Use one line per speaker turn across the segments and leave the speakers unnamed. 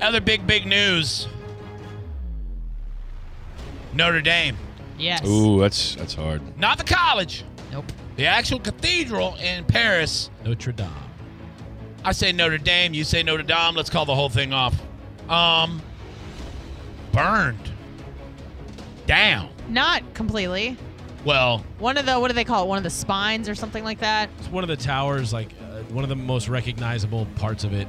Other big, big news Notre Dame.
Yes.
Ooh, that's that's hard.
Not the college,
Nope.
the actual cathedral in Paris.
Notre Dame.
I say Notre Dame, you say Notre Dame. Let's call the whole thing off. Um, burned down.
Not completely.
Well,
One of the what do they call it? One of the spines or something like that.
It's one of the towers, like uh, one of the most recognizable parts of it,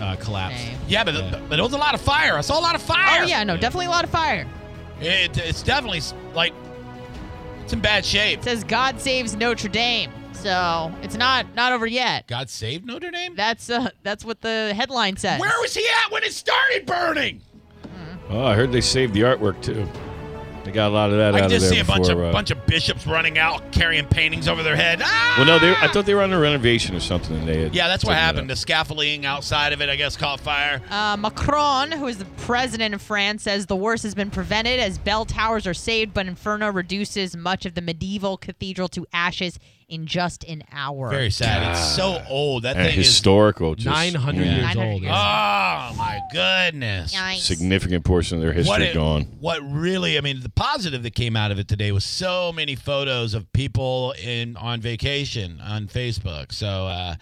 uh, collapsed.
Dang.
yeah, but,
Yeah.
but there was a lot of fire. I saw a lot of fire.
Oh yeah, no, definitely a lot of fire.
It, it's definitely like it's in bad shape.
It says God saves Notre Dame, so it's not not over yet.
God save Notre Dame.
That's uh, that's what the headline says.
Where was he at when it started burning?
Oh, I heard they saved the artwork too. They got a lot of that
I
out
can
of
just
there
see a bunch of
before, uh,
bunch of bishops running out carrying paintings over their head. Ah!
Well, no, they, I thought they were under renovation or something. And they had
yeah, that's what
taken it
happened. The
up.
scaffolding outside of it, I guess, caught fire.
Uh, Macron, who is the president of France, says the worst has been prevented as bell towers are saved, but inferno reduces much of the medieval cathedral to ashes in just an hour.
Very sad. It's so old. That
And
thing
historical, just
900
yeah,
years
900
old.
years.
is. Oh my goodness.
Yikes.
significant portion of their history
What it-
gone.
What really? I mean, the positive that came out of it today was so many photos of people in on vacation on Facebook. So. uh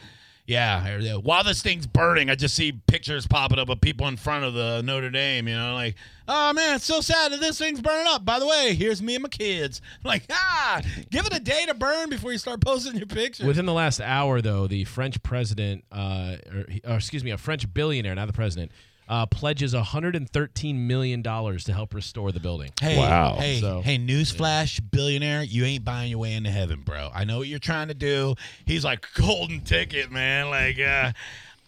yeah, while this thing's burning, I just see pictures popping up of people in front of the Notre Dame. You know, like, oh man, it's so sad that this thing's burning up. By the way, here's me and my kids. Like, ah, give it a day to burn before you start posting your pictures.
Within the last hour, though, the French president, uh, or, he- or excuse me, a French billionaire, not the president, uh, pledges 113 million dollars to help restore the building.
Hey,
Wow.
Hey,
So-
hey, newsflash, billionaire, you ain't buying your way into heaven, bro. I know what you're trying to do. He's like golden ticket, man. Like, uh,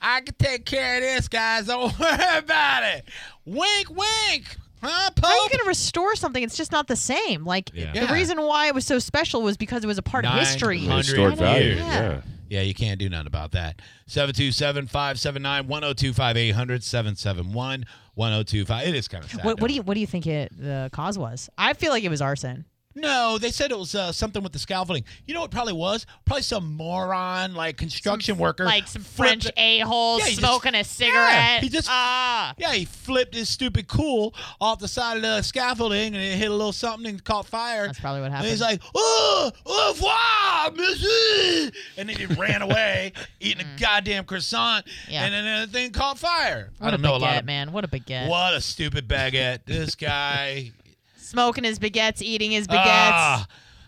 I can take care of this, guys. Don't worry about it. Wink, wink. Huh,
How are you
Pope?
going to restore something? It's just not the same. Like
Yeah.
the
Yeah.
reason why it was so special was because it was a part of
Nine
history.
hundred
Historic value.
years.
Yeah.
Yeah.
Yeah, you can't do nothing about that. 727 579 1025 800 771 1025. It is kind of sad.
What, what
though.
do you what do you think it, the cause was? I feel like it was arson.
No, they said it was uh, something with the scaffolding. You know what it probably was? Probably some moron, like construction worker. flipped it-
a hole
Yeah, he just- smoking a cigarette. yeah, he just-
ah.
Yeah, he flipped his stupid cool off the side of the scaffolding and it hit a little something and caught fire.
That's probably what
and
happened.
he's like, oh, au revoir, monsieur. And then he ran away eating a goddamn croissant.
Mm. Yeah.
And then the thing caught fire.
what
I don't
a
know a
baguette,
lot of
man. What a baguette.
What a stupid baguette. This guy.
Smoking his baguettes, eating his baguettes.
Ah,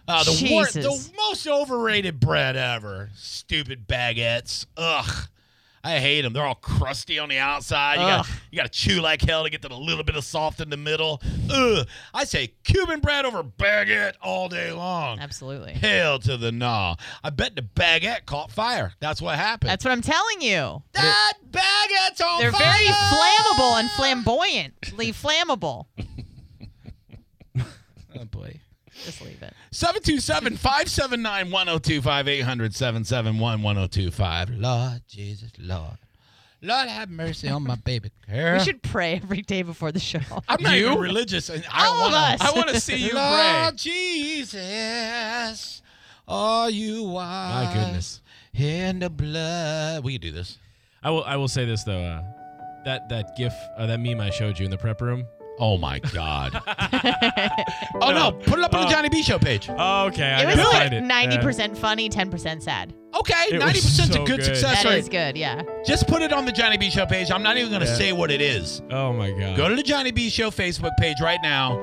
ah, the, wor-
Jesus.
the most overrated bread ever. Stupid baguettes. Ugh. I hate them. They're all crusty on the outside. You got
Ugh.
you got to chew like hell to get the little bit of soft in the middle. Ugh. I say Cuban bread over baguette all day long.
Absolutely.
Hell to the nah. I bet the baguette caught fire. That's what happened.
That's what I'm telling you.
that baguette's on
They're
fire.
very flammable and flamboyantly flammable.
Oh boy.
Just leave it.
727 579 1025 800 771 1025. Lord Jesus, Lord. Lord have mercy on my baby girl.
We should pray every day before the show.
I'm not even religious. And I
All of
wanna,
us.
I want to see you
Lord
pray. Jesus, are you wise?
My goodness.
In the blood. We can do this.
I will. I will say this though. Uh, that that GIF, uh, that meme I showed you in the prep room.
Oh, my God. oh, no. Put it up on the
Oh.
Johnny B. Show page.
Oh, okay, I
it was
gotta
like
find it.
ninety percent funny, ten percent sad.
Okay,
It was
90% is a
so
good,
good.
success
That is
rate.
good, yeah.
Just put it on the Johnny B. Show page. I'm not even going to
Yeah.
say what it is.
Uh, oh my god.
Go to the Johnny B Show Facebook page right now.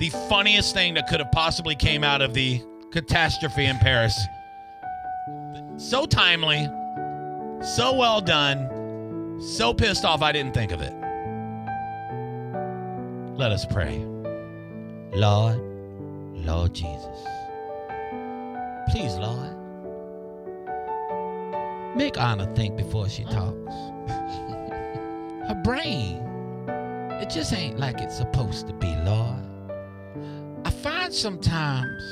The funniest thing that could have possibly came out of the catastrophe in Paris. So timely, so well done, so pissed off I didn't think of it. Let us pray. Lord, Lord Jesus. Please, Lord. Make Anna think before she talks her brain. It just ain't like it's supposed to be, Lord. I find sometimes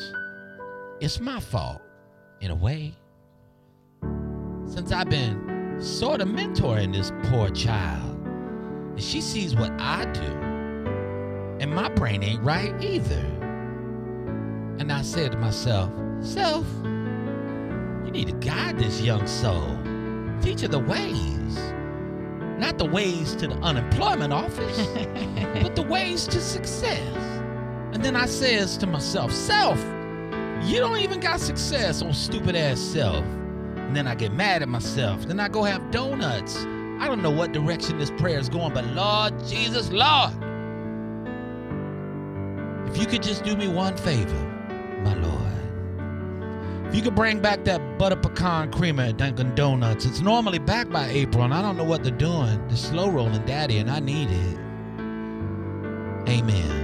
it's my fault, in a way, since I've been sort of mentoring this poor child. And she sees what I do, and my brain ain't right either. And I said to myself, Self, you need to guide this young soul, teach her the ways Not the ways to the unemployment office, but the ways to success. And then I says to myself, self, you don't even got success, old stupid ass self. And then I get mad at myself. Then I go have donuts. I don't know what direction this prayer is going, but Lord Jesus, Lord, if you could just do me one favor, my Lord, if you could bring back that butter pecan creamer at Dunkin' Donuts, it's normally back by April, and I don't know what they're doing. They're slow rolling daddy, and I need it. Amen.